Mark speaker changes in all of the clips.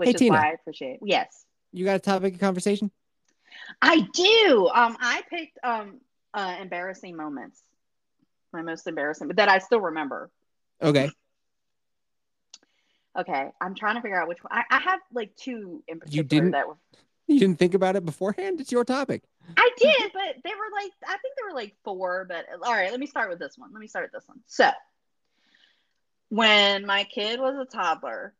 Speaker 1: which
Speaker 2: Hey,
Speaker 1: is
Speaker 2: Tina.
Speaker 1: why I appreciate. It. Yes,
Speaker 2: You got a topic of conversation?
Speaker 1: I do. Um, I picked um uh, embarrassing moments, my most embarrassing, but that I still remember.
Speaker 2: Okay.
Speaker 1: Okay, I'm trying to figure out which one. I, I have like two in particular
Speaker 2: didn't?
Speaker 1: that were.
Speaker 2: You didn't think about it beforehand. It's your topic.
Speaker 1: I did, but they were like I think there were like four. But all right, let me start with this one. Let me start with this one. So, when my kid was a toddler,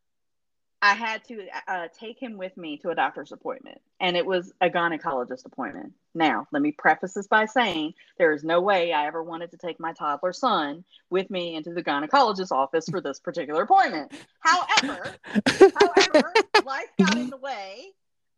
Speaker 1: I had to uh, take him with me to a doctor's appointment, and it was a gynecologist appointment. Now, let me preface this by saying there is no way I ever wanted to take my toddler son with me into the gynecologist's office for this particular appointment. However, However, life got in the way,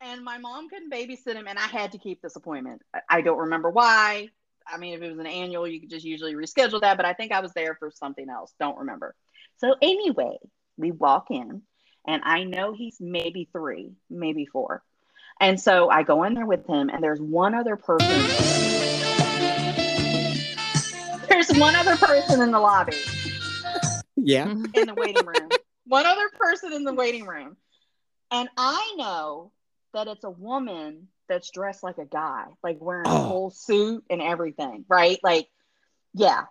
Speaker 1: and my mom couldn't babysit him, and I had to keep this appointment. I- I don't remember why. I mean, if it was an annual, you could just usually reschedule that, but I think I was there for something else. Don't remember. So, anyway, we walk in, and I know he's maybe three, maybe four. And so I go in there with him, and there's one other person. There's one other person in the lobby
Speaker 2: yeah.
Speaker 1: in the waiting room. One other person in the waiting room. And I know that it's a woman that's dressed like a guy, like wearing a
Speaker 2: Oh.
Speaker 1: whole suit and everything, right? Like, yeah.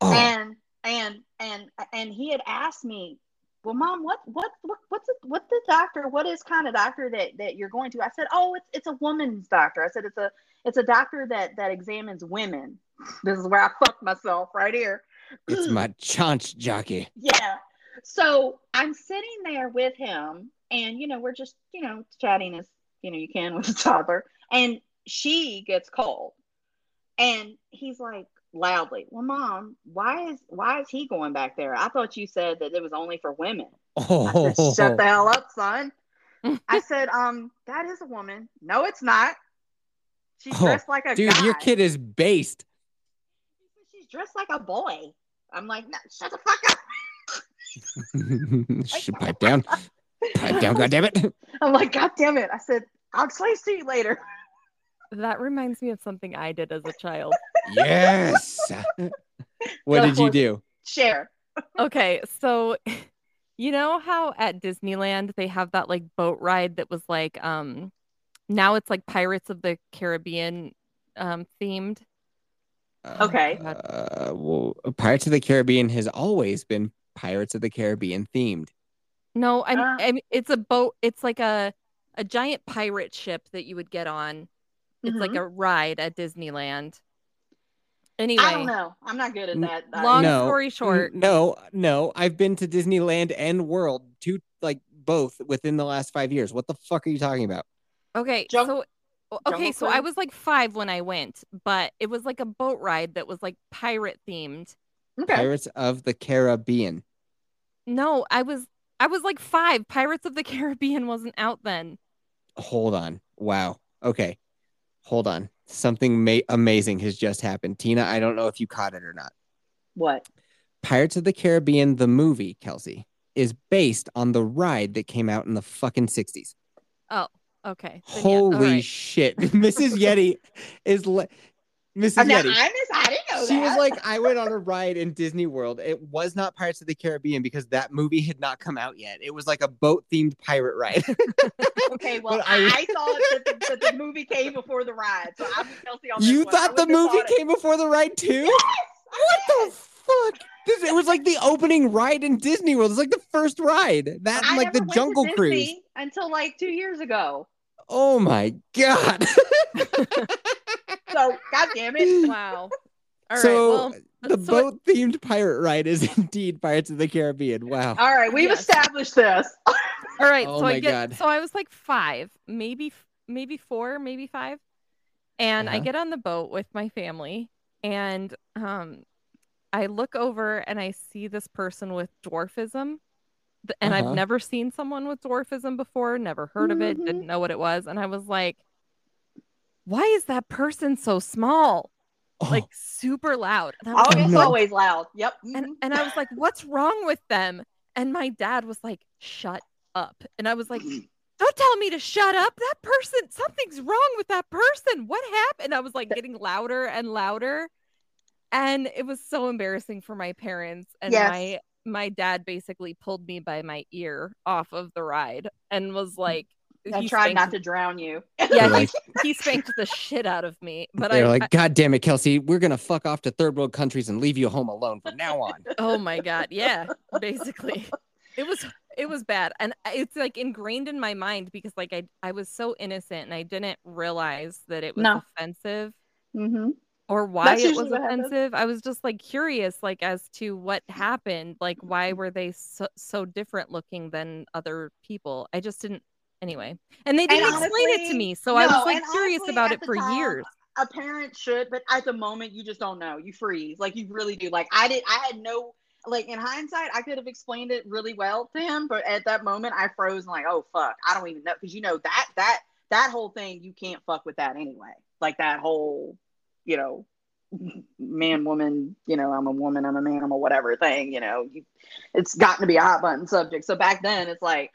Speaker 2: Oh,
Speaker 1: And and and and he had asked me, Well, mom, what what what what's it what the doctor, what is kind of doctor that that you're going to? I said, Oh, it's it's a woman's doctor. I said it's a it's a doctor that that examines women. This is where I fucked myself right here.
Speaker 2: it's my chaunch jockey.
Speaker 1: Yeah. So I'm sitting there with him, and you know, we're just, you know, chatting as you know you can with a toddler. And she gets cold. And he's like loudly, Well, mom, why is why is he going back there? I thought you said that it was only for women. I
Speaker 2: Oh,
Speaker 1: said, Shut the hell up, son. I said, um, that is a woman. No, it's not. She's
Speaker 2: Oh,
Speaker 1: dressed like a
Speaker 2: dude, your
Speaker 1: guy."
Speaker 2: kid is based.
Speaker 1: He said, She's dressed like a boy. I'm like, no, shut the fuck up.
Speaker 2: Shit, pipe down, pipe down, goddamn it!
Speaker 1: I'm like, God damn it. I said, I'll explain to you later.
Speaker 3: That reminds me of something I did as a child.
Speaker 2: Yes. what
Speaker 1: Go
Speaker 2: did you
Speaker 1: for-
Speaker 2: do?
Speaker 1: Share.
Speaker 3: okay, so you know how at Disneyland they have that like boat ride that was like um now it's like Pirates of the Caribbean um themed.
Speaker 1: Okay.
Speaker 2: Uh, well, Pirates of the Caribbean has always been Pirates of the Caribbean themed.
Speaker 3: No, I'm,
Speaker 1: Ah.
Speaker 3: I'm it's a boat it's like a a giant pirate ship that you would get on. It's like a ride at Disneyland. Anyway,
Speaker 1: Mm-hmm. I don't know. I'm not good at
Speaker 2: N-
Speaker 1: that. Uh,
Speaker 3: long
Speaker 2: No.
Speaker 3: story short,
Speaker 2: N- No, no, I've been to Disneyland and World, two like both within the last five years. What the fuck are you talking about?
Speaker 3: Okay,
Speaker 1: Jung-
Speaker 3: so o-
Speaker 1: Jungle
Speaker 3: okay, so I
Speaker 1: Cruise?
Speaker 3: was like five when I went, but it was like a boat ride that was like pirate themed.
Speaker 1: okay.
Speaker 2: Pirates of the Caribbean.
Speaker 3: No, I was I was like five. Pirates of the Caribbean wasn't out then.
Speaker 2: Hold on. Wow. Okay. Hold on. Something ma- amazing has just happened. Tina, I don't know if you caught it or not.
Speaker 1: What?
Speaker 2: Pirates of the Caribbean, the movie, Kelsey, is based on the ride that came out in the fucking 60s.
Speaker 3: Okay. then yeah, all
Speaker 2: Holy
Speaker 3: right.
Speaker 2: shit. Mrs. Yeti is. Le- Mrs.
Speaker 1: Now, I,
Speaker 2: Yeti.
Speaker 1: miss- I didn't know
Speaker 2: She
Speaker 1: that.
Speaker 2: was like, I went on a ride in Disney World. It was not Pirates of the Caribbean because that movie had not come out yet. It was like a boat themed pirate ride.
Speaker 1: okay, well,
Speaker 2: but
Speaker 1: I,
Speaker 2: I-
Speaker 1: I thought that the, that the movie came before the ride. So I'm guilty on this
Speaker 2: you
Speaker 1: one. I
Speaker 2: thought the
Speaker 1: wouldn't have
Speaker 2: movie
Speaker 1: thought it.
Speaker 2: came before the ride too?
Speaker 1: Yes, I
Speaker 2: What the fuck? This, it was like the opening ride in Disney World. It's like the first ride. That
Speaker 1: did.
Speaker 2: and
Speaker 1: I
Speaker 2: like
Speaker 1: never
Speaker 2: the
Speaker 1: went to
Speaker 2: Jungle
Speaker 1: Disney
Speaker 2: Cruise.
Speaker 1: until like two years ago.
Speaker 2: Oh my god.
Speaker 1: God damn it.
Speaker 3: Wow. All right.
Speaker 2: So,
Speaker 3: well,
Speaker 2: The
Speaker 3: so it-
Speaker 2: boat themed pirate ride is indeed Pirates of the Caribbean. Wow.
Speaker 1: All right, we've
Speaker 3: Yes.
Speaker 1: established this.
Speaker 3: all right.
Speaker 2: Oh
Speaker 3: so
Speaker 2: my
Speaker 3: I get.
Speaker 2: God.
Speaker 3: So I was like five, maybe, f- maybe four, maybe five, and I
Speaker 2: Uh-huh.
Speaker 3: get on the boat with my family, and um, I look over and I see this person with dwarfism, th- and
Speaker 2: Uh-huh.
Speaker 3: I've never seen someone with dwarfism before, never heard of it,
Speaker 1: Mhm.
Speaker 2: Mm-hmm.
Speaker 3: didn't know what it was, and I was like, "Why is that person so small?"
Speaker 2: Oh,
Speaker 3: Like super loud. And I was
Speaker 1: Oh,
Speaker 3: like,
Speaker 1: it's
Speaker 2: no.
Speaker 1: always loud. Yep.
Speaker 3: and
Speaker 1: mhm.
Speaker 3: and I was like, "What's wrong with them?" And my dad was like, "Shut up!" And I was like,
Speaker 1: Mm-hmm.
Speaker 3: "Don't tell me to shut up. That person, something's wrong with that person. What happened?" I was like getting louder and louder, and it was so embarrassing for my parents. And
Speaker 1: Yes.
Speaker 3: my my dad basically pulled me by my ear off of the ride and was like,
Speaker 1: Mm. I
Speaker 3: he
Speaker 1: Mm-hmm. tried not
Speaker 3: spanked-
Speaker 1: to drown you.
Speaker 3: Yeah,
Speaker 2: They're like,
Speaker 3: he spanked the shit out of me. But I,
Speaker 2: they're like, God damn it, Kelsey, we're gonna fuck off to third world countries and leave you home alone from now on.
Speaker 3: oh my god yeah basically it was it was bad and I- it's like ingrained in my mind because like i i was so innocent and i didn't realize that it was
Speaker 1: No.
Speaker 3: offensive
Speaker 1: Mm-hmm.
Speaker 3: or why it
Speaker 1: usually
Speaker 3: was
Speaker 1: what happens.
Speaker 3: offensive i was just like curious like as to what happened like why were they so, so different looking than other people i just didn't anyway and they didn't explain it to
Speaker 1: honestly-
Speaker 3: me so i
Speaker 1: no,
Speaker 3: was like
Speaker 1: and
Speaker 3: curious
Speaker 1: honestly,
Speaker 3: about
Speaker 1: at
Speaker 3: it
Speaker 1: the
Speaker 3: for
Speaker 1: time,
Speaker 3: years
Speaker 1: A parent should, but at the moment you just don't know. You freeze. Like you really do. Like I did I had no like in hindsight, I could have explained it really well to him, but at that moment I froze and like, oh fuck, I don't even know because you know that that that whole thing you can't fuck with that anyway. Like that whole, you know, man woman, you know, I'm a woman, I'm a man, I'm a whatever thing, you know, you, it's gotten to be a hot button subject. So back then it's like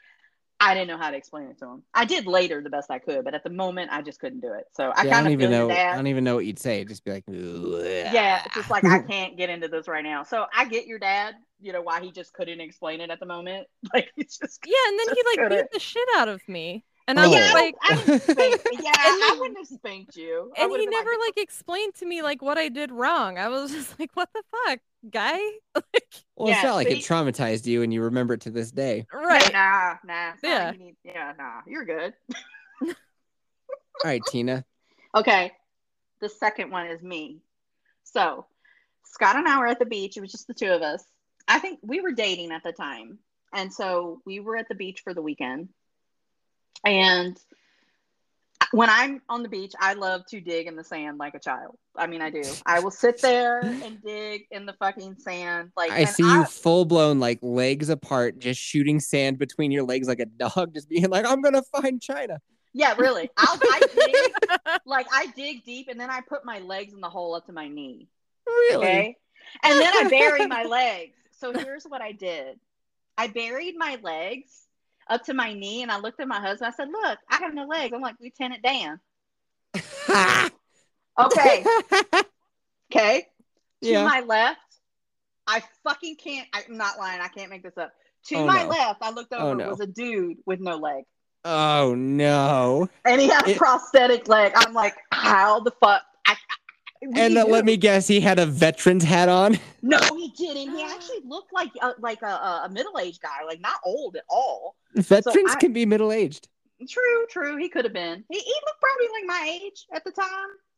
Speaker 1: I didn't know how to explain it to him. I did later the best I could, but at the moment I just couldn't do it. So I kind
Speaker 2: Yeah, don't
Speaker 1: of feel
Speaker 2: even know
Speaker 1: your
Speaker 2: I
Speaker 1: dad.
Speaker 2: don't even know what you'd say. Just be like, "Bleh."
Speaker 1: Yeah, it's just like I can't get into this right now. So I get your dad. You know why he just couldn't explain it at the moment. Like it's just.
Speaker 3: yeah and then
Speaker 1: just
Speaker 3: he like
Speaker 1: couldn't.
Speaker 3: beat the shit out of me and i
Speaker 2: Oh.
Speaker 3: was
Speaker 1: Yeah, I
Speaker 3: like
Speaker 1: don't- I didn't spank- yeah, I
Speaker 3: then-
Speaker 1: wouldn't have spanked you. I
Speaker 3: and
Speaker 1: would've
Speaker 3: he
Speaker 1: been
Speaker 3: never
Speaker 1: "Get
Speaker 3: like explained to me like what I did wrong. I was just like, what the fuck, guy? like,
Speaker 2: Well, it's
Speaker 1: Yeah,
Speaker 2: not like it
Speaker 1: see?
Speaker 2: traumatized you and you remember it to this day.
Speaker 3: right?
Speaker 1: Nah, nah. it's not
Speaker 3: Yeah.
Speaker 1: like you need- yeah, nah. You're good.
Speaker 2: All right, Tina.
Speaker 1: Okay. The second one is me. So Scott and I were at the beach. It was just the two of us. I think we were dating at the time. And so we were at the beach for the weekend. And when I'm on the beach, I love to dig in the sand like a child. I mean, I do. I will sit there and dig in the fucking sand. Like
Speaker 2: I
Speaker 1: and
Speaker 2: see you full blown, like legs apart, just shooting sand between your legs like a dog, just being like, I'm gonna find China.
Speaker 1: Yeah, really. I'll, I dig, like I dig deep, and then I put my legs in the hole up to my knee.
Speaker 2: Really?
Speaker 1: Okay. And then I buried my legs. So here's what I did I buried my legs up to my knee, and I looked at my husband. I said, Look, I have no legs. I'm like Lieutenant Dan. Okay. Okay.
Speaker 2: Yeah.
Speaker 1: To my left, I fucking can't. I'm not lying. I can't make this up. To
Speaker 2: Oh,
Speaker 1: my
Speaker 2: no.
Speaker 1: left, I looked over,
Speaker 2: Oh, no.
Speaker 1: was a dude with no leg.
Speaker 2: oh no.
Speaker 1: And he had a
Speaker 2: It-
Speaker 1: prosthetic leg. I'm like, How the fuck? I, I, what do
Speaker 2: And
Speaker 1: you
Speaker 2: uh, let
Speaker 1: do?"
Speaker 2: me guess, he had a veteran's hat on.
Speaker 1: No, he didn't. He actually looked like a, like a, a middle aged guy, like not old at all.
Speaker 2: Veterans
Speaker 1: I-
Speaker 2: can be middle aged.
Speaker 1: True, true. He could have been. He, he looked probably like my age at the time.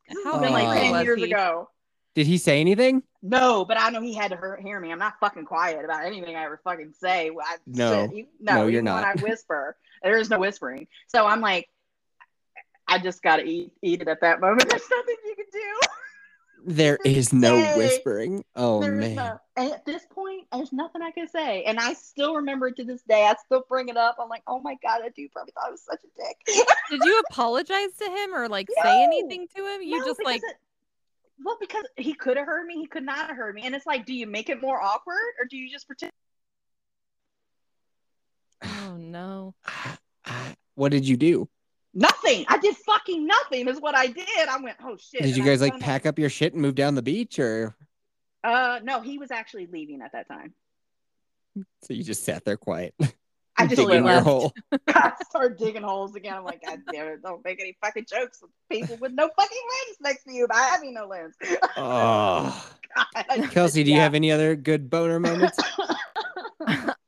Speaker 1: 'Cause This
Speaker 3: How
Speaker 1: has been like
Speaker 2: old
Speaker 1: ten
Speaker 3: was
Speaker 1: years
Speaker 3: he?
Speaker 1: ago.
Speaker 2: Did he say anything?
Speaker 1: No, but I know he had to hear, hear me. I'm not fucking quiet about anything I ever fucking say. I,
Speaker 2: No.
Speaker 1: shit, you- no,
Speaker 2: No, you're
Speaker 1: even
Speaker 2: not.
Speaker 1: When I whisper, there is no whispering. So I'm like, I just gotta eat eat it at that moment. There's nothing you can do.
Speaker 2: There is no
Speaker 1: Say.
Speaker 2: whispering. Oh
Speaker 1: There is
Speaker 2: man.
Speaker 1: no- and at this point, there's nothing I can say. And I still remember it to this day. I still bring it up. I'm like, oh my God, that dude probably thought I was such a dick.
Speaker 3: Did you apologize to him or like say
Speaker 1: No.
Speaker 3: anything to him? You
Speaker 1: No,
Speaker 3: just
Speaker 1: because
Speaker 3: like,
Speaker 1: it- well, because he could have heard me, he could not have heard me. And it's like, do you make it more awkward or do you just pretend?
Speaker 3: oh no.
Speaker 2: What did you do?
Speaker 1: Nothing. I did fucking nothing, is what I did. I went, oh shit.
Speaker 2: Did you
Speaker 1: And I
Speaker 2: guys like
Speaker 1: kinda-
Speaker 2: pack up your shit and move down the beach, or
Speaker 1: Uh, no, he was actually leaving at that time.
Speaker 2: so you just sat there quiet,
Speaker 1: I just
Speaker 2: digging your
Speaker 1: left.
Speaker 2: hole?
Speaker 1: I started digging holes again. I'm like, God damn it, don't make any fucking jokes with people with no fucking limbs next to you by having no limbs.
Speaker 2: Oh,
Speaker 1: God.
Speaker 2: Kelsey, do you
Speaker 1: Yeah.
Speaker 2: have any other good boner moments?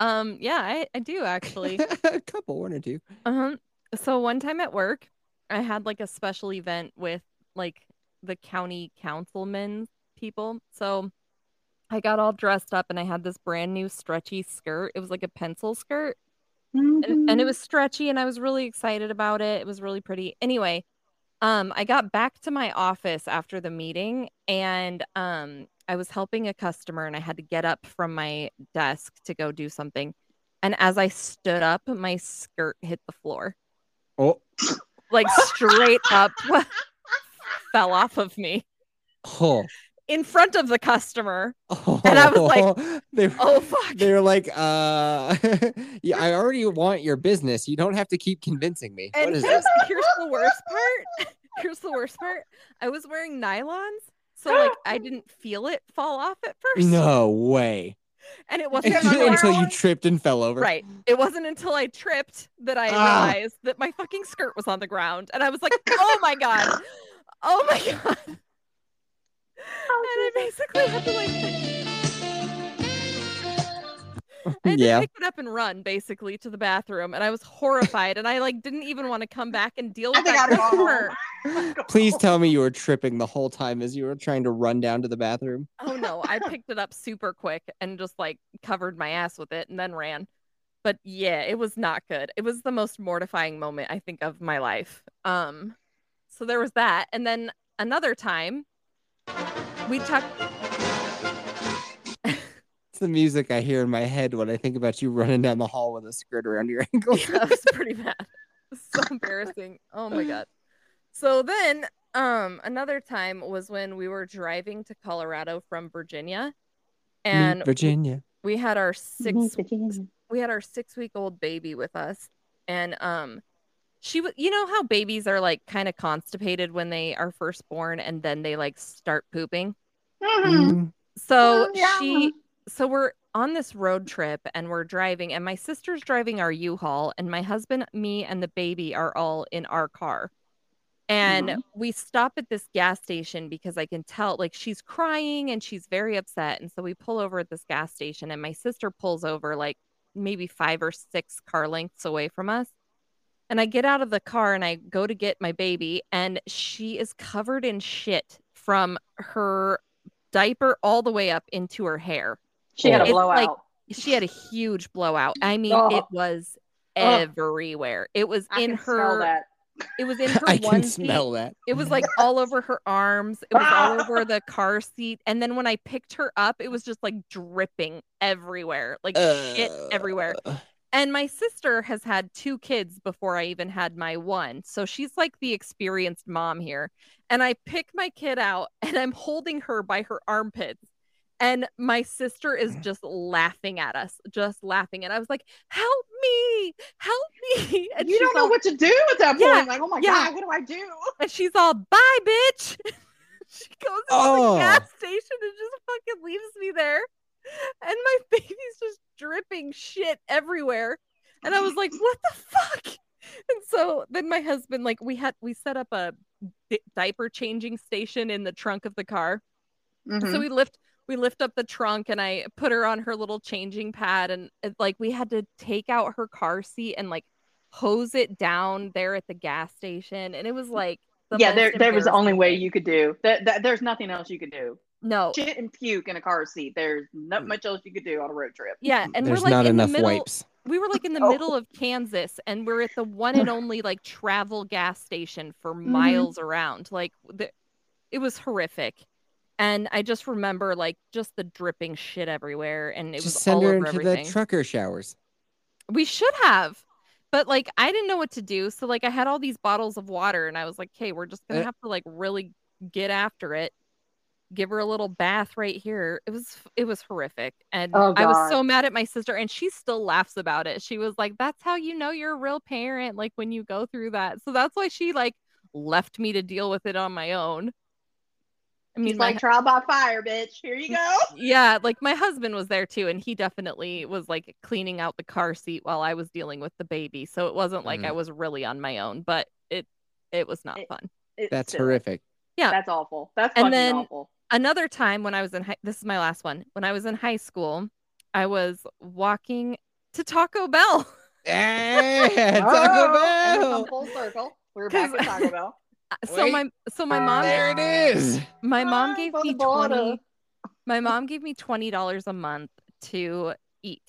Speaker 3: um, yeah, I, I do actually. Uh-huh.
Speaker 2: a couple, one or two.
Speaker 3: Um, so one time at work, I had like a special event with like the county councilmen people. So I got all dressed up and I had this brand new stretchy skirt. It was like a pencil skirt and,
Speaker 1: Mm-hmm.
Speaker 3: and it was stretchy and I was really excited about it. It was really pretty. Anyway, um I got back to my office after the meeting and um I was helping a customer and I had to get up from my desk to go do something. And as I stood up, my skirt hit the floor.
Speaker 2: Oh,
Speaker 3: Like straight up fell off of me
Speaker 2: oh,
Speaker 3: in front of the customer.
Speaker 2: oh.
Speaker 3: And I was like,
Speaker 2: they were,
Speaker 3: Oh fuck.
Speaker 2: they were like, uh, yeah, I already want your business. You don't have to keep convincing me.
Speaker 3: And
Speaker 2: what is
Speaker 3: here's,
Speaker 2: this?
Speaker 3: here's the worst part. Here's the worst part. I was wearing nylons, so like I didn't feel it fall off at first.
Speaker 2: No way.
Speaker 3: And it wasn't until, I-
Speaker 2: Until you tripped and fell over.
Speaker 3: right. It wasn't until I tripped that I
Speaker 2: Ah.
Speaker 3: realized that my fucking skirt was on the ground. And I was like, oh my God. Oh my God. And I basically had to like I had
Speaker 2: Yeah.
Speaker 3: to pick it up and run basically to the bathroom. And I was horrified. and I like didn't even want to come back and deal with
Speaker 1: I think
Speaker 3: that
Speaker 1: I'd go
Speaker 3: customer.
Speaker 1: home.
Speaker 2: Please tell me you were tripping the whole time as you were trying to run down to the bathroom.
Speaker 3: Oh no, I picked it up super quick and just like covered my ass with it and then ran. But yeah, it was not good. It was the most mortifying moment I think of my life. Um so there was that and then another time we talked
Speaker 2: It's the music I hear in my head when I think about you running down the hall with a skirt around your ankle.
Speaker 3: that was pretty bad. It was so embarrassing. Oh my god. So then um another time was when we were driving to Colorado from Virginia and
Speaker 2: Virginia.
Speaker 3: we had our 6 we had our six week old baby with us and um she was you know how babies are like kind of constipated when they are first born and then they like start pooping
Speaker 1: Mm-hmm.
Speaker 2: Mhm.
Speaker 3: so she so we're on this road trip and we're driving and my sister's driving our u-haul and my husband me and the baby are all in our car and
Speaker 1: Mhm.
Speaker 3: we stop at this gas station because i can tell like she's crying and she's very upset and so we pull over at this gas station and my sister pulls over like maybe five or six car lengths away from us and i get out of the car and i go to get my baby and she is covered in shit from her diaper all the way up into her hair
Speaker 1: She had a
Speaker 3: It's like-
Speaker 1: blowout.
Speaker 3: she had a huge blowout. I mean,
Speaker 1: Oh.
Speaker 3: it was
Speaker 1: Ugh.
Speaker 3: everywhere. It was
Speaker 1: I
Speaker 3: in
Speaker 1: can smell
Speaker 3: her.
Speaker 1: that.
Speaker 3: It was in her
Speaker 2: I
Speaker 3: onesie.
Speaker 2: can smell that.
Speaker 3: It was like all over her arms. It was all over the car seat. And then when I picked her up, it was just like dripping everywhere, like shit
Speaker 2: Uh,
Speaker 3: everywhere. And my sister has had two kids before I even had my one. So she's like the experienced mom here. And I pick my kid out and I'm holding her by her armpits. And my sister is just laughing at us, just laughing. And I was like, help me, help me. And
Speaker 1: you
Speaker 3: she's
Speaker 1: don't know
Speaker 3: all,
Speaker 1: what to do at that point.
Speaker 3: Yeah,
Speaker 1: Like, oh my
Speaker 3: yeah.
Speaker 1: god, what do I do?
Speaker 3: and she's all, bye, bitch. she goes to
Speaker 2: Oh.
Speaker 3: the gas station and just fucking leaves me there. And my baby's just dripping shit everywhere. And I was like, what the fuck? And so then my husband, like, we had, we set up a di- diaper changing station in the trunk of the car.
Speaker 1: Mhm.
Speaker 3: So we lift we lift up the trunk and I put her on her little changing pad and it, like we had to take out her car seat and like hose it down there at the gas station and it was like the
Speaker 1: yeah,
Speaker 3: most
Speaker 1: there, there was the only
Speaker 3: embarrassing
Speaker 1: way
Speaker 3: thing.
Speaker 1: you could do that, that. There's nothing else you could do.
Speaker 3: no
Speaker 1: Shit and puke in a car seat. There's not much else you could do on a road trip.
Speaker 3: yeah and
Speaker 2: There's
Speaker 3: we're like
Speaker 2: not
Speaker 3: in
Speaker 2: enough
Speaker 3: the middle
Speaker 2: wipes.
Speaker 3: we were like in the
Speaker 1: Oh.
Speaker 3: middle of Kansas and we're at the one and only like travel gas station for
Speaker 1: Mm-hmm.
Speaker 3: miles around. Like the, it was horrific. And I just remember like just the dripping shit everywhere and it
Speaker 2: Just
Speaker 3: was
Speaker 2: send
Speaker 3: all
Speaker 2: her
Speaker 3: over
Speaker 2: into
Speaker 3: everything.
Speaker 2: the trucker showers.
Speaker 3: we should have. But like I didn't know what to do. So like I had all these bottles of water and I was like, "Hey, we're just going
Speaker 2: Eh.
Speaker 3: to have to like really get after it. Give her a little bath right here." It was it was horrific. And
Speaker 1: Oh,
Speaker 3: I was
Speaker 1: God.
Speaker 3: so mad at my sister and she still laughs about it. She was like, "That's how you know you're a real parent like when you go through that." So that's why she like left me to deal with it on my own. I mean,
Speaker 1: He's
Speaker 3: my
Speaker 1: like trial by fire, bitch. Here you go.
Speaker 3: yeah, like my husband was there too, and he definitely was like cleaning out the car seat while I was dealing with the baby. So it wasn't like I was really on my own, but it it was not
Speaker 1: It-
Speaker 3: fun.
Speaker 1: It's
Speaker 2: That's
Speaker 1: silly.
Speaker 2: horrific.
Speaker 1: That's awful. That's
Speaker 3: And
Speaker 1: fucking
Speaker 3: then-
Speaker 1: awful.
Speaker 3: Another time when I was in high, this is my last one. When I was in high school, I was walking to Taco Bell.
Speaker 1: Oh,
Speaker 2: Eh, Taco
Speaker 1: and we
Speaker 2: Bell.
Speaker 1: come Full circle. We're back
Speaker 3: 'Cause-
Speaker 1: at Taco Bell.
Speaker 3: so
Speaker 2: Wait.
Speaker 3: my so my mom
Speaker 2: There it is.
Speaker 3: my mom
Speaker 1: Hi,
Speaker 3: gave
Speaker 1: for
Speaker 3: me
Speaker 1: the border.
Speaker 3: 20 my mom gave me $20 a month to eat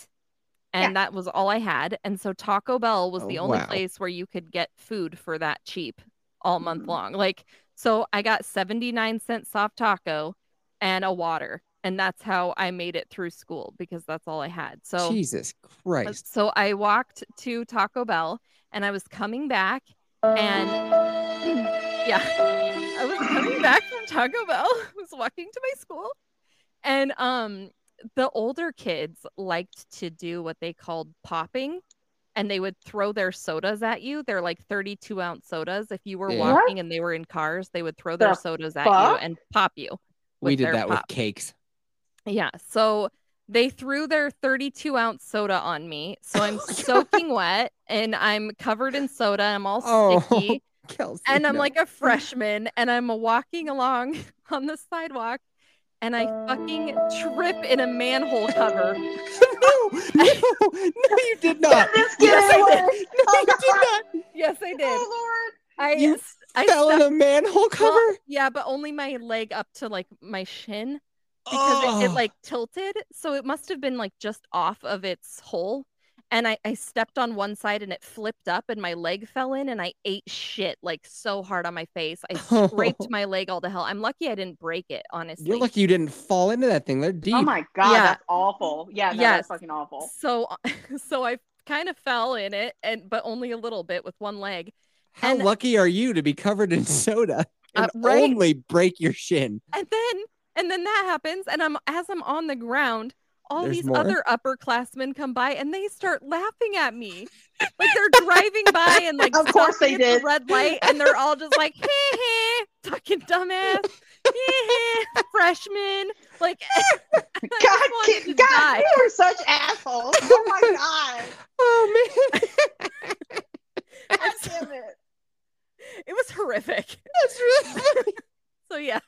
Speaker 3: and that was all i had and so taco bell was
Speaker 2: Oh,
Speaker 3: the only
Speaker 2: wow.
Speaker 3: place where you could get food for that cheap all month
Speaker 1: Mhm.
Speaker 3: long like so i got 79 cent soft taco and a water and that's how i made it through school because that's all i had so
Speaker 2: Jesus
Speaker 3: uh,
Speaker 2: Christ.
Speaker 3: So I walked to Taco Bell and I was coming back and yeah, I was coming back from Taco Bell, was walking to my school and um the older kids liked to do what they called popping and they would throw their sodas at you. They're like 32 ounce sodas. If you were
Speaker 2: Yeah.
Speaker 1: What?
Speaker 3: walking and they were in cars, they would throw their
Speaker 1: The
Speaker 3: sodas at you
Speaker 1: fuck?
Speaker 3: and pop you.
Speaker 2: We
Speaker 3: with
Speaker 2: did
Speaker 3: their
Speaker 2: that with
Speaker 3: pop.
Speaker 2: cakes.
Speaker 3: Yeah. So they threw their 32 ounce soda on me. So I'm
Speaker 2: Oh,
Speaker 3: soaking wet and I'm covered in soda. I'm all
Speaker 2: Oh,
Speaker 3: sticky.
Speaker 2: Kelsey,
Speaker 3: And I'm
Speaker 2: no.
Speaker 3: like a freshman and I'm walking along on the sidewalk and I fucking trip in a manhole cover.
Speaker 2: no, no, no, you did not.
Speaker 1: This kid
Speaker 2: Yes,
Speaker 1: ain't
Speaker 2: I
Speaker 1: worth
Speaker 2: did. No, you did not.
Speaker 3: Yes, I did.
Speaker 1: Oh,
Speaker 3: I,
Speaker 2: You
Speaker 3: I
Speaker 2: Fell in
Speaker 3: stuck-
Speaker 2: a manhole cover.
Speaker 3: well, yeah, but only my leg up to like my shin because it, it
Speaker 2: Oh.
Speaker 3: like tilted so it must have been like just off of its hole and I, I stepped on one side and it flipped up and my leg fell in and i ate shit like so hard on my face i scraped my leg all to hell i'm lucky i didn't break it honestly
Speaker 2: You're lucky you didn't fall into that thing. They're deep.
Speaker 1: Lord. Oh my god,
Speaker 3: Yeah.
Speaker 1: that's awful. Yeah, no,
Speaker 3: Yes.
Speaker 1: that's fucking awful.
Speaker 3: so so i kind of fell in it and but only a little bit with one leg
Speaker 2: How
Speaker 3: and-
Speaker 2: lucky are you to be covered in soda
Speaker 3: Uh,
Speaker 2: and
Speaker 3: right?
Speaker 2: only break your shin?
Speaker 3: and then and then that happens and i'm as i'm on the ground all
Speaker 2: There's
Speaker 3: these
Speaker 2: more.
Speaker 3: other upperclassmen come by and they start laughing at me like they're driving by and like
Speaker 1: Of course
Speaker 3: stopping
Speaker 1: they
Speaker 3: at the
Speaker 1: did.
Speaker 3: red light and they're all just like heh heh fucking dumbass heh heh freshman like I just
Speaker 1: God,
Speaker 3: wanted to
Speaker 1: kid, God,
Speaker 3: die.
Speaker 1: you are such assholes. Oh my
Speaker 2: Oh man,
Speaker 1: god. God damn it.
Speaker 3: it was horrific
Speaker 2: that's really funny.
Speaker 3: so yeah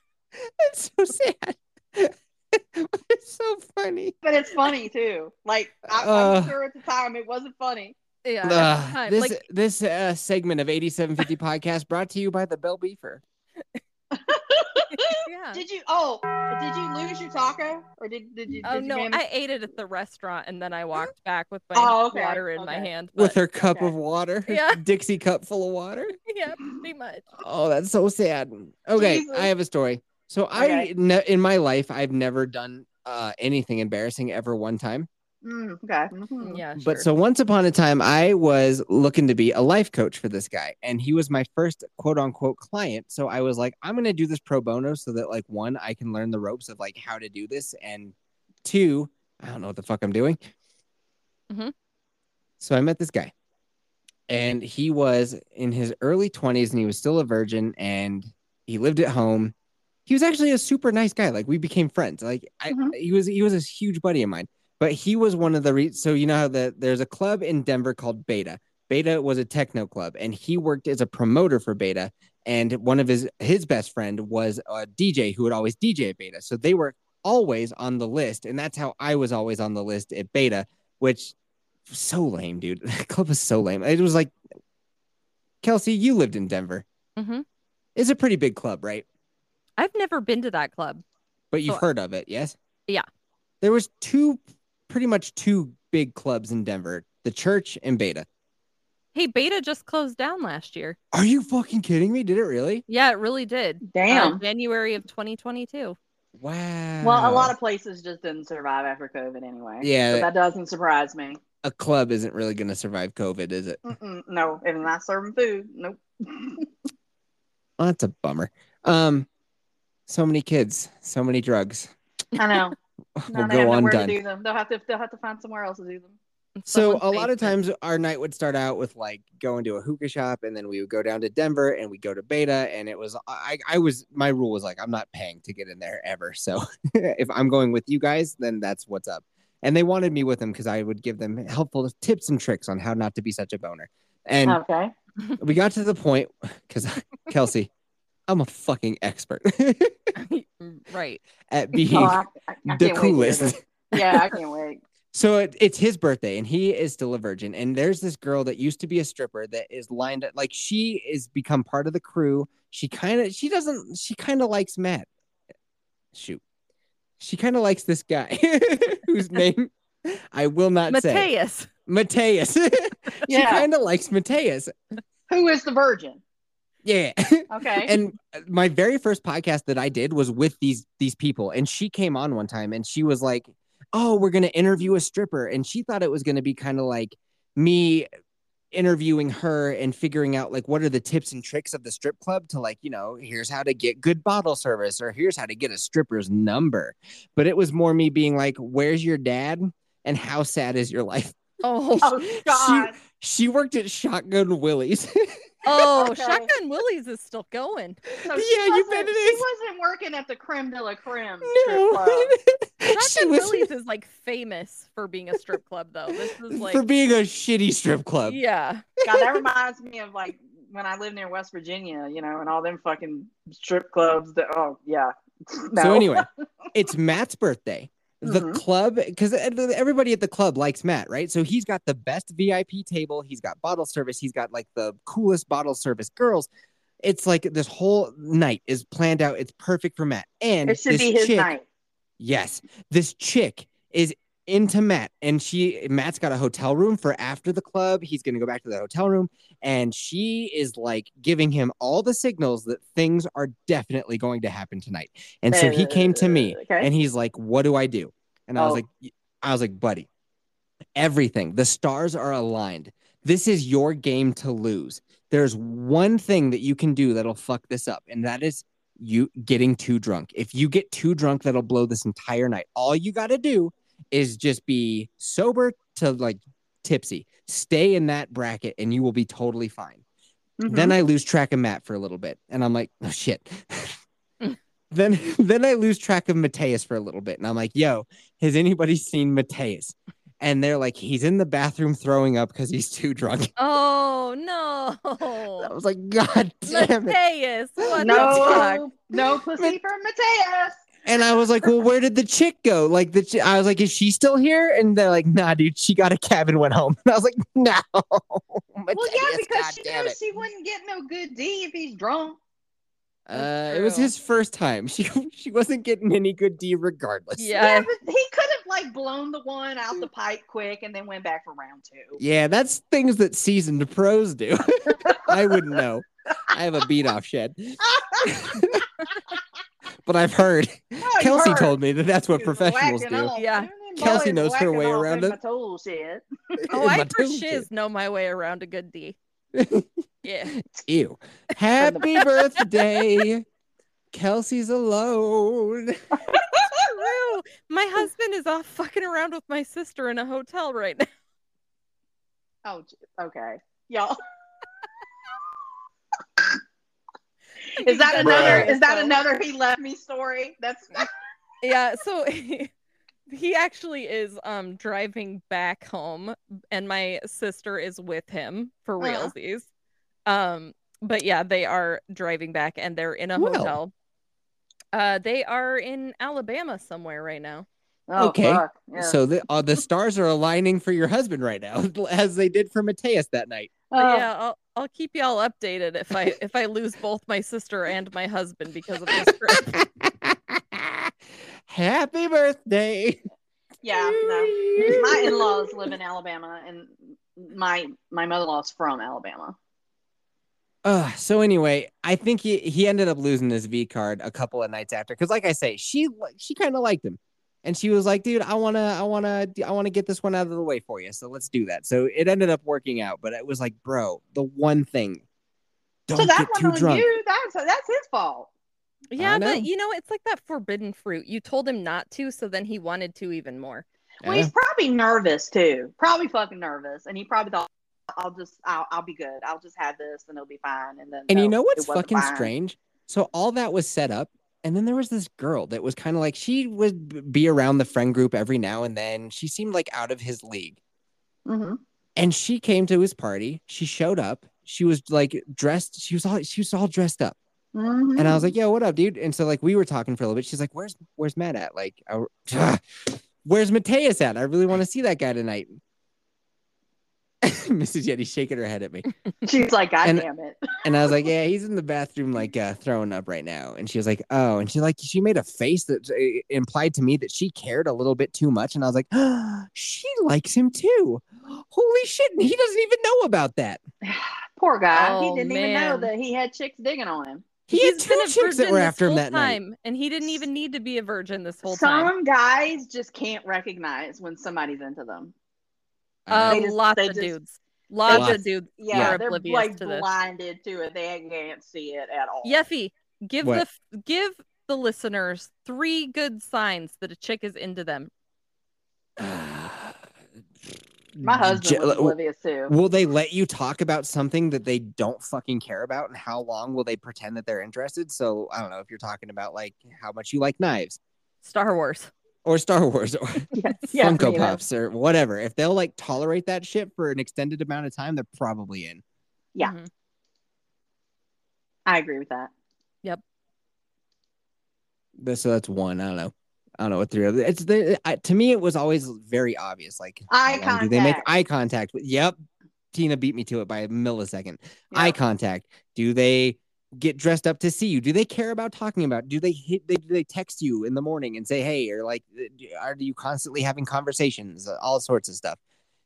Speaker 2: That's so sad. But it's so funny.
Speaker 1: But it's funny too. Like I,
Speaker 2: Uh.
Speaker 1: I'm sure at the time it wasn't funny.
Speaker 3: yeah at the
Speaker 2: Ugh,
Speaker 3: time,
Speaker 2: this
Speaker 3: like
Speaker 2: this uh, segment of 8750 podcast brought to you by the Bell Beefer.
Speaker 3: yeah
Speaker 1: Did you? Oh, did you lose your taco, or did did you?
Speaker 3: Oh
Speaker 1: did you
Speaker 3: no!
Speaker 1: manage-
Speaker 3: I ate it at the restaurant, and then I walked back with my
Speaker 1: Oh, okay,
Speaker 3: water in my
Speaker 1: okay.
Speaker 3: hand.
Speaker 2: with
Speaker 3: but-
Speaker 2: her cup
Speaker 1: okay.
Speaker 2: of water, her
Speaker 3: Yeah.
Speaker 2: Dixie cup full of water.
Speaker 3: yeah, pretty much.
Speaker 2: Oh, that's so sad. Okay,
Speaker 1: Jesus.
Speaker 2: I have a story. So I
Speaker 1: Okay.
Speaker 2: ne- in my life I've never done uh, anything embarrassing ever one time.
Speaker 1: Mm, okay. Mhm.
Speaker 3: Yeah,
Speaker 2: But so once upon a time, I was looking to be a life coach for this guy, and he was my first quote unquote client. So I was like, I'm going to do this pro bono so that, like, one, I can learn the ropes of like how to do this, and two, I don't know what the fuck I'm doing.
Speaker 3: Mhm.
Speaker 2: So I met this guy, and he was in his early 20s, and he was still a virgin, and he lived at home. He was actually a super nice guy. Like we became friends. Like I,
Speaker 1: Mhm.
Speaker 2: he was he was a huge buddy of mine but he was one of the re- so you know how the, there's a club in denver called beta beta was a techno club and he worked as a promoter for beta and one of his his best friend was a dj who would always dj at beta so they were always on the list and that's how i was always on the list at beta which was so lame dude that club was so lame it was like kelsey you lived in denver
Speaker 3: hmm
Speaker 2: it's a pretty big club right
Speaker 3: I've never been to that club.
Speaker 2: but you've
Speaker 3: Oh,
Speaker 2: heard of it, yes?
Speaker 3: yeah.
Speaker 2: There was two, pretty much two big clubs in Denver: the Church and Beta.
Speaker 3: Hey, Beta just closed down last year.
Speaker 2: Are you fucking kidding me? Did it really?
Speaker 3: Yeah, it really did. Uh,
Speaker 1: Damn.
Speaker 3: January of 2022.
Speaker 2: Wow.
Speaker 1: Well, a lot of places just didn't survive after COVID anyway.
Speaker 2: Yeah.
Speaker 1: So that doesn't surprise me.
Speaker 2: a club isn't really going to survive COVID, is it?
Speaker 1: Mm-mm, no, if not serving food, nope.
Speaker 2: Well, that's a bummer. Um, so many kids, so many drugs.
Speaker 1: I know.
Speaker 2: we'll
Speaker 1: Now they have
Speaker 2: go
Speaker 1: nowhere
Speaker 2: undone.
Speaker 1: to do them. They'll have to. They'll have to find somewhere else to do them.
Speaker 3: in
Speaker 2: So
Speaker 3: someone's
Speaker 2: a lot of
Speaker 3: basement.
Speaker 2: times our night would start out with like going to a hookah shop and then we would go down to Denver and we go to Beta and it was I I was my rule was like I'm not paying to get in there ever. So if I'm going with you guys then that's what's up. And they wanted me with them cuz I would give them helpful tips and tricks on how not to be such a boner. And
Speaker 1: okay.
Speaker 2: we got to the point cuz Kelsey I'm a fucking expert
Speaker 3: right.
Speaker 2: at being
Speaker 1: Oh, I, I, I
Speaker 2: the
Speaker 1: can't wait to hear
Speaker 2: coolest.
Speaker 1: this. Yeah, I can't wait.
Speaker 2: So it, it's his birthday, and he is still a virgin. And there's this girl that used to be a stripper that is lined up, like she is become part of the crew. she kind of she doesn't she kind of likes Matt. Shoot. She kind of likes this guy whose name I will not say.
Speaker 3: Mateus.
Speaker 2: Mateus. she
Speaker 1: Yeah.
Speaker 2: kind of likes Mateus.
Speaker 1: Who is the virgin?
Speaker 2: Yeah.
Speaker 1: Okay.
Speaker 2: and uh, my very first podcast that I did was with these these people and she came on one time and she was like, "Oh, we're going to interview a stripper." And she thought it was going to be kind of like me interviewing her and figuring out like what are the tips and tricks of the strip club to like, you know, here's how to get good bottle service or here's how to get a stripper's number. But it was more me being like, "Where's your dad?" and how sad is your life?
Speaker 3: Oh, oh,
Speaker 1: oh God.
Speaker 2: She worked at Shotgun Willie's.
Speaker 1: Okay.
Speaker 3: Oh, Shotgun Willie's is still going.
Speaker 1: So she
Speaker 2: Yeah, you
Speaker 1: wasn't-
Speaker 2: bet it
Speaker 1: She
Speaker 2: is.
Speaker 1: wasn't working at the creme de la creme strip
Speaker 2: No.
Speaker 1: club.
Speaker 3: Shotgun Willie's is like famous for being a strip club, though. This is like,
Speaker 2: for being a shitty strip club.
Speaker 3: yeah,
Speaker 1: God, that reminds me of like when I lived near West Virginia, you know, and all them fucking strip clubs. That oh yeah. No.
Speaker 2: So anyway, it's Matt's birthday. The
Speaker 1: Mhm.
Speaker 2: club, because everybody at the club likes Matt, right? So he's got the best VIP table. He's got bottle service. He's got like the coolest bottle service girls. It's like this whole night is planned out. It's perfect for Matt. And
Speaker 1: it should
Speaker 2: this
Speaker 1: be his
Speaker 2: chick,
Speaker 1: night.
Speaker 2: Yes, this chick is into Matt, and she Matt's got a hotel room for after the club. He's gonna go back to the hotel room, and she is like giving him all the signals that things are definitely going to happen tonight. And so he came to me,
Speaker 1: Uh, okay.
Speaker 2: and he's like, "What do I do?" And I was
Speaker 1: Oh.
Speaker 2: like, y- "I was like, buddy, everything. The stars are aligned. This is your game to lose. There's one thing that you can do that'll fuck this up, and that is you getting too drunk. If you get too drunk, that'll blow this entire night. All you got to do is just be sober to like tipsy. Stay in that bracket, and you will be totally fine."
Speaker 1: Mhm.
Speaker 2: Then I lose track of Matt for a little bit, and I'm like, oh shit. then then I lose track of Mateus for a little bit, and I'm like, yo, has anybody seen Mateus? And they're like, he's in the bathroom throwing up because he's too drunk.
Speaker 3: Oh
Speaker 2: I
Speaker 3: no.
Speaker 2: was like, God damn it.
Speaker 3: Mateus, what the fuck?
Speaker 1: no, no pussy for Mateus.
Speaker 2: And I was like, well, where did the chick go? Like the chi- I was like, is she still here? And they're like, nah, dude, she got a cab and went home. And I was like, no.
Speaker 1: Well, yeah,
Speaker 2: Mateus,
Speaker 1: because
Speaker 2: God
Speaker 1: she
Speaker 2: damn
Speaker 1: knows
Speaker 2: it.
Speaker 1: she wouldn't get no good D if he's drunk.
Speaker 2: Uh,
Speaker 3: That's
Speaker 2: it was
Speaker 3: true.
Speaker 2: his first time. She she wasn't getting any good D regardless.
Speaker 3: Yeah.
Speaker 1: but he could have like blown the one out the pipe quick and then went back for round two.
Speaker 2: Yeah, that's things that seasoned pros do. I wouldn't know. I have a beat off shed, but I've heard.
Speaker 1: Oh, you
Speaker 2: Kelsey
Speaker 1: heard.
Speaker 2: told me that that's what
Speaker 1: He was
Speaker 2: professionals
Speaker 1: whacking
Speaker 2: do.
Speaker 1: off.
Speaker 3: Yeah.
Speaker 1: Them
Speaker 2: Kelsey
Speaker 1: boys
Speaker 2: knows her
Speaker 1: whacking
Speaker 2: way
Speaker 1: off
Speaker 2: around
Speaker 1: in
Speaker 2: it.
Speaker 1: my tool shed.
Speaker 3: Oh, I
Speaker 2: My
Speaker 3: for
Speaker 2: toes
Speaker 3: shiz know my way around a good D.
Speaker 2: do.
Speaker 3: Yeah.
Speaker 2: Ew. Happy birthday. Kelsey's alone.
Speaker 3: True. My husband is off fucking around with my sister in a hotel right now.
Speaker 1: Oh, j- okay. Y'all, is that another? Is that another? He left me story. That's
Speaker 3: Yeah, so he, he actually is um driving back home and my sister is with him for
Speaker 1: Uh-huh.
Speaker 3: realsies. Um but yeah, they are driving back and they're in a
Speaker 2: Well.
Speaker 3: hotel. Uh they are in Alabama somewhere right now.
Speaker 1: Oh,
Speaker 2: Okay.
Speaker 1: fuck, yeah.
Speaker 2: So the uh, the stars are aligning for your husband right now, as they did for Mateus that night.
Speaker 3: But
Speaker 1: Oh,
Speaker 3: yeah, I'll I'll keep y'all updated if I if I lose both my sister and my husband because of this trip.
Speaker 2: Happy birthday.
Speaker 1: yeah. No. My in-laws live in Alabama, and my my mother-in-law's from Alabama.
Speaker 2: Uh, so anyway, I think he, he ended up losing his V card a couple of nights after because, like I say, she li- she kind of liked him, and she was like, "Dude, I wanna, I wanna, I wanna get this one out of the way for you, so let's do that." So it ended up working out, but it was like, bro, the one thing, don't
Speaker 1: so that
Speaker 2: get
Speaker 1: one
Speaker 2: too
Speaker 1: on
Speaker 2: drunk.
Speaker 1: you. That's that's his fault.
Speaker 3: Yeah,
Speaker 2: know.
Speaker 3: but you know, it's like that forbidden fruit. You told him not to, so then he wanted to even more.
Speaker 1: Well, he's probably nervous too. Probably fucking nervous, and he probably thought, "I'll just, I'll, I'll be good. I'll just have this, and it'll be fine." And then,
Speaker 2: And you
Speaker 1: no,
Speaker 2: know
Speaker 1: it
Speaker 2: what's
Speaker 1: wasn't
Speaker 2: fucking
Speaker 1: fine.
Speaker 2: strange? So all that was set up, and then there was this girl that was kind of like she would b- be around the friend group every now and then. She seemed like out of his league.
Speaker 1: Mhm.
Speaker 2: and she came to his party. She showed up. She was like dressed. She was all she was all dressed up,
Speaker 1: Mhm.
Speaker 2: and I was like, "Yo, what up, dude?" And so like we were talking for a little bit. She's like, "Where's where's Matt at? Like, I- where's Mateus at? I really want to see that guy tonight." Mrs. Yeti's shaking her head at me.
Speaker 1: She's like, God
Speaker 2: And-
Speaker 1: damn it.
Speaker 2: And I was like, "Yeah, he's in the bathroom, like uh, throwing up right now." And she was like, "Oh," and she like she made a face that uh, implied to me that she cared a little bit too much. And I was like, "She likes him too." Holy shit! And he doesn't even know about that.
Speaker 1: Poor guy.
Speaker 3: Oh,
Speaker 1: he didn't even know
Speaker 3: man.
Speaker 1: that he had chicks digging on him.
Speaker 2: He had
Speaker 3: He's
Speaker 2: two
Speaker 3: been a
Speaker 2: chicks that
Speaker 3: virgin
Speaker 2: were
Speaker 3: this
Speaker 2: after him
Speaker 3: whole
Speaker 2: that night.
Speaker 3: time, and he didn't even need to be a virgin this whole
Speaker 1: Some
Speaker 3: time.
Speaker 1: guys just can't recognize when somebody's into them.
Speaker 3: Uh,
Speaker 1: They just-
Speaker 3: lots
Speaker 1: they
Speaker 3: of
Speaker 1: just-
Speaker 3: dudes, lots
Speaker 2: just-
Speaker 3: of dudes.
Speaker 1: Yeah,
Speaker 3: are
Speaker 1: they're
Speaker 3: oblivious
Speaker 1: like
Speaker 3: to this.
Speaker 1: blinded to it. They can't see it at all.
Speaker 3: Yeffy, give
Speaker 2: What?
Speaker 3: the the give the listeners three good signs that a chick is into them. Um,
Speaker 1: My husband was
Speaker 2: Je-
Speaker 1: oblivious too.
Speaker 2: Will they let you talk about something that they don't fucking care about? And how long will they pretend that they're interested? So I don't know if you're talking about like how much you like knives
Speaker 3: Star Wars.
Speaker 2: or Star Wars or
Speaker 1: Yeah,
Speaker 2: Funko
Speaker 1: you know.
Speaker 2: Pops or whatever. If they'll like tolerate that shit for an extended amount of time, they're probably in.
Speaker 1: Yeah.
Speaker 3: Mhm.
Speaker 1: I agree with that.
Speaker 2: That's- So that's one. I don't know. I don't know what three other. It's the I, to me it was always very obvious. Like
Speaker 1: Eye
Speaker 2: how long Do they make
Speaker 1: contact.
Speaker 2: eye contact? with- Yep. Tina beat me to it by a millisecond. eye
Speaker 1: Yeah.
Speaker 2: contact do they get dressed up to see you do they care about talking about do they hit they, do they text you in the morning and say hey or like are you constantly having conversations all sorts of stuff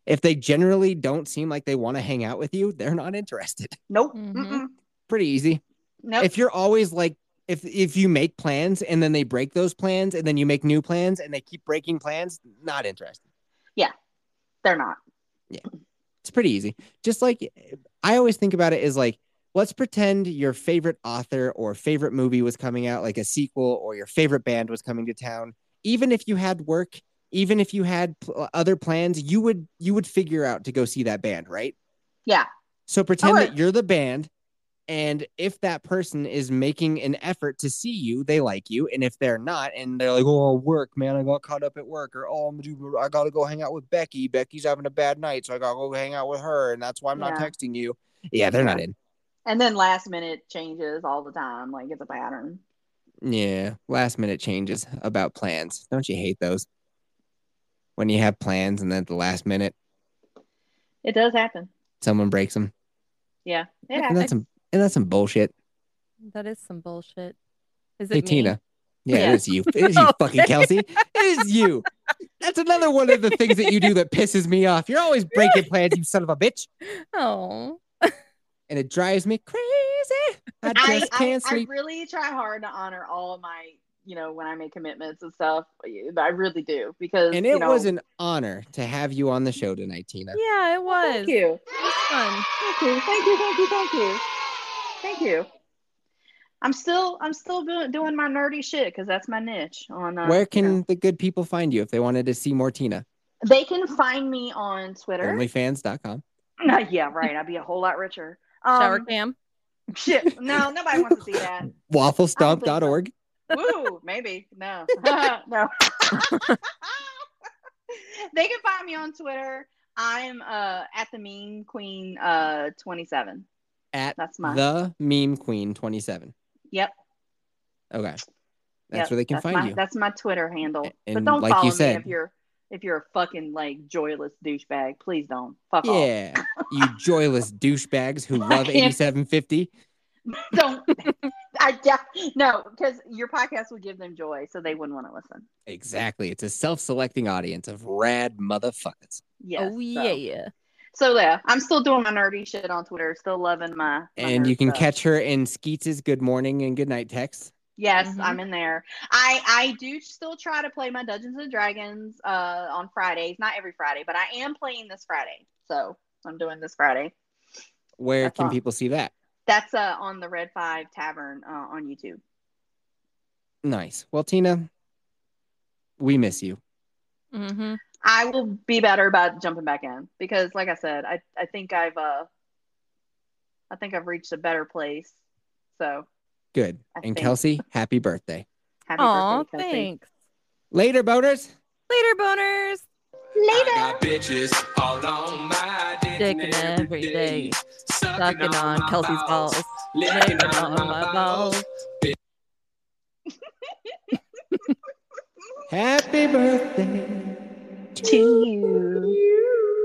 Speaker 2: if they generally don't seem like they want to hang out with you they're not interested
Speaker 1: Nope.
Speaker 3: Mhm.
Speaker 1: Mm-mm.
Speaker 2: pretty easy
Speaker 1: Nope.
Speaker 2: if you're always like if if you make plans and then they break those plans and then you make new plans and they keep breaking plans not interested
Speaker 1: They're not.
Speaker 2: it's pretty easy. Just like I always think about it is like, let's pretend your favorite author or favorite movie was coming out, like a sequel, or your favorite band was coming to town. Even if you had work, even if you had pl- other plans, you would you would figure out to go see that band, right?
Speaker 1: Yeah.
Speaker 2: So pretend
Speaker 1: Oh, I-
Speaker 2: that you're the band, and if that person is making an effort to see you, they like you, and if they're not, and they're like, "Oh, work, man, I got caught up at work," or "Oh, I'm do, I gotta go hang out with Becky. Becky's having a bad night, so I gotta go hang out with her, and that's why I'm not
Speaker 1: Yeah.
Speaker 2: texting you." Yeah, they're not in.
Speaker 1: And then last minute changes all the time. Like it's a pattern.
Speaker 2: Yeah, last minute changes about plans. Don't you hate those? When you have plans and then at the last minute
Speaker 1: It does happen.
Speaker 2: someone breaks them,
Speaker 1: Yeah. It
Speaker 3: And
Speaker 2: and that's
Speaker 1: happens.
Speaker 2: some and that's some bullshit.
Speaker 3: That is some bullshit. Is it
Speaker 2: Hey,
Speaker 3: me?
Speaker 2: Tina. Yeah,
Speaker 1: Yeah.
Speaker 2: it's you. It is you, fucking
Speaker 3: Okay.
Speaker 2: Kelsey. It is you. That's another one of the things that you do that pisses me off. You're always breaking plans, you son of a bitch.
Speaker 3: Oh,
Speaker 2: And it drives me crazy. I
Speaker 1: I,
Speaker 2: just can't
Speaker 1: I, I
Speaker 2: sleep.
Speaker 1: really try hard to honor all of my, you know, when I make commitments and stuff. I really do because
Speaker 2: and it
Speaker 1: you know,
Speaker 2: was an honor to have you on the show tonight, Tina.
Speaker 3: yeah, it was.
Speaker 1: Thank you.
Speaker 3: It was fun.
Speaker 1: Thank you. Thank you. Thank you. Thank you. Thank you. I'm still I'm still doing doing my nerdy shit because that's my niche on uh,
Speaker 2: Where
Speaker 1: you
Speaker 2: can
Speaker 1: know.
Speaker 2: the good people find you if they wanted to see more Tina?
Speaker 1: they can find me on Twitter.
Speaker 2: Onlyfans.com.
Speaker 1: yeah, right. I'd be a whole lot richer. Um,
Speaker 3: Shower cam.
Speaker 1: Shit. No, nobody wants to see that.
Speaker 2: Wafflestomp.org.
Speaker 1: Woo, maybe. No. no. they can find me on Twitter. I'm uh at the mean queen uh 27.
Speaker 2: At
Speaker 1: That's my
Speaker 2: the meme queen 27.
Speaker 1: Yep.
Speaker 2: Okay. That's
Speaker 1: Yep,
Speaker 2: where they can
Speaker 1: that's
Speaker 2: find
Speaker 1: my,
Speaker 2: you.
Speaker 1: That's my Twitter handle.
Speaker 2: And
Speaker 1: but don't
Speaker 2: like
Speaker 1: follow
Speaker 2: you said-
Speaker 1: me if you're if you're a fucking like joyless douchebag. Please don't. Fuck off.
Speaker 2: Yeah. you joyless douchebags who
Speaker 1: I
Speaker 2: love
Speaker 1: can't-
Speaker 2: 8750.
Speaker 1: Don't. I yeah, no, because your podcast would give them joy, so they wouldn't want to listen.
Speaker 2: Exactly. It's a self selecting audience of rad motherfuckers.
Speaker 1: Yes,
Speaker 3: oh
Speaker 1: so-
Speaker 3: yeah, yeah.
Speaker 1: So yeah, I'm still doing my nerdy shit on Twitter. Still loving my. my
Speaker 2: And
Speaker 1: nerd
Speaker 2: you can
Speaker 1: stuff.
Speaker 2: catch her in Skeets's good morning and good night texts.
Speaker 1: Yes,
Speaker 3: Mhm.
Speaker 1: I'm in there. I I do still try to play my Dungeons and Dragons uh on Fridays. Not every Friday, but I am playing this Friday. So I'm doing this Friday.
Speaker 2: Where
Speaker 1: That's
Speaker 2: can
Speaker 1: all.
Speaker 2: people see that?
Speaker 1: That's uh on the Red Five Tavern uh, on YouTube.
Speaker 2: Nice. Well, Tina, we miss you.
Speaker 3: Mm-hmm.
Speaker 1: I will be better about jumping back in because, like I said, I I think I've uh I think I've reached a better place. So
Speaker 2: Good.
Speaker 1: I
Speaker 2: and
Speaker 1: think-
Speaker 2: Kelsey, happy birthday.
Speaker 1: happy
Speaker 3: Aw,
Speaker 1: birthday, Kelsey.
Speaker 3: thanks.
Speaker 2: Later, boners.
Speaker 3: Later, boners.
Speaker 4: I got bitches all on my dick,
Speaker 3: Dick
Speaker 4: and
Speaker 3: and
Speaker 4: every day.
Speaker 3: Sucking on
Speaker 4: my
Speaker 3: Kelsey's balls.
Speaker 4: Licking on my balls.
Speaker 2: Happy birthday.
Speaker 1: To you.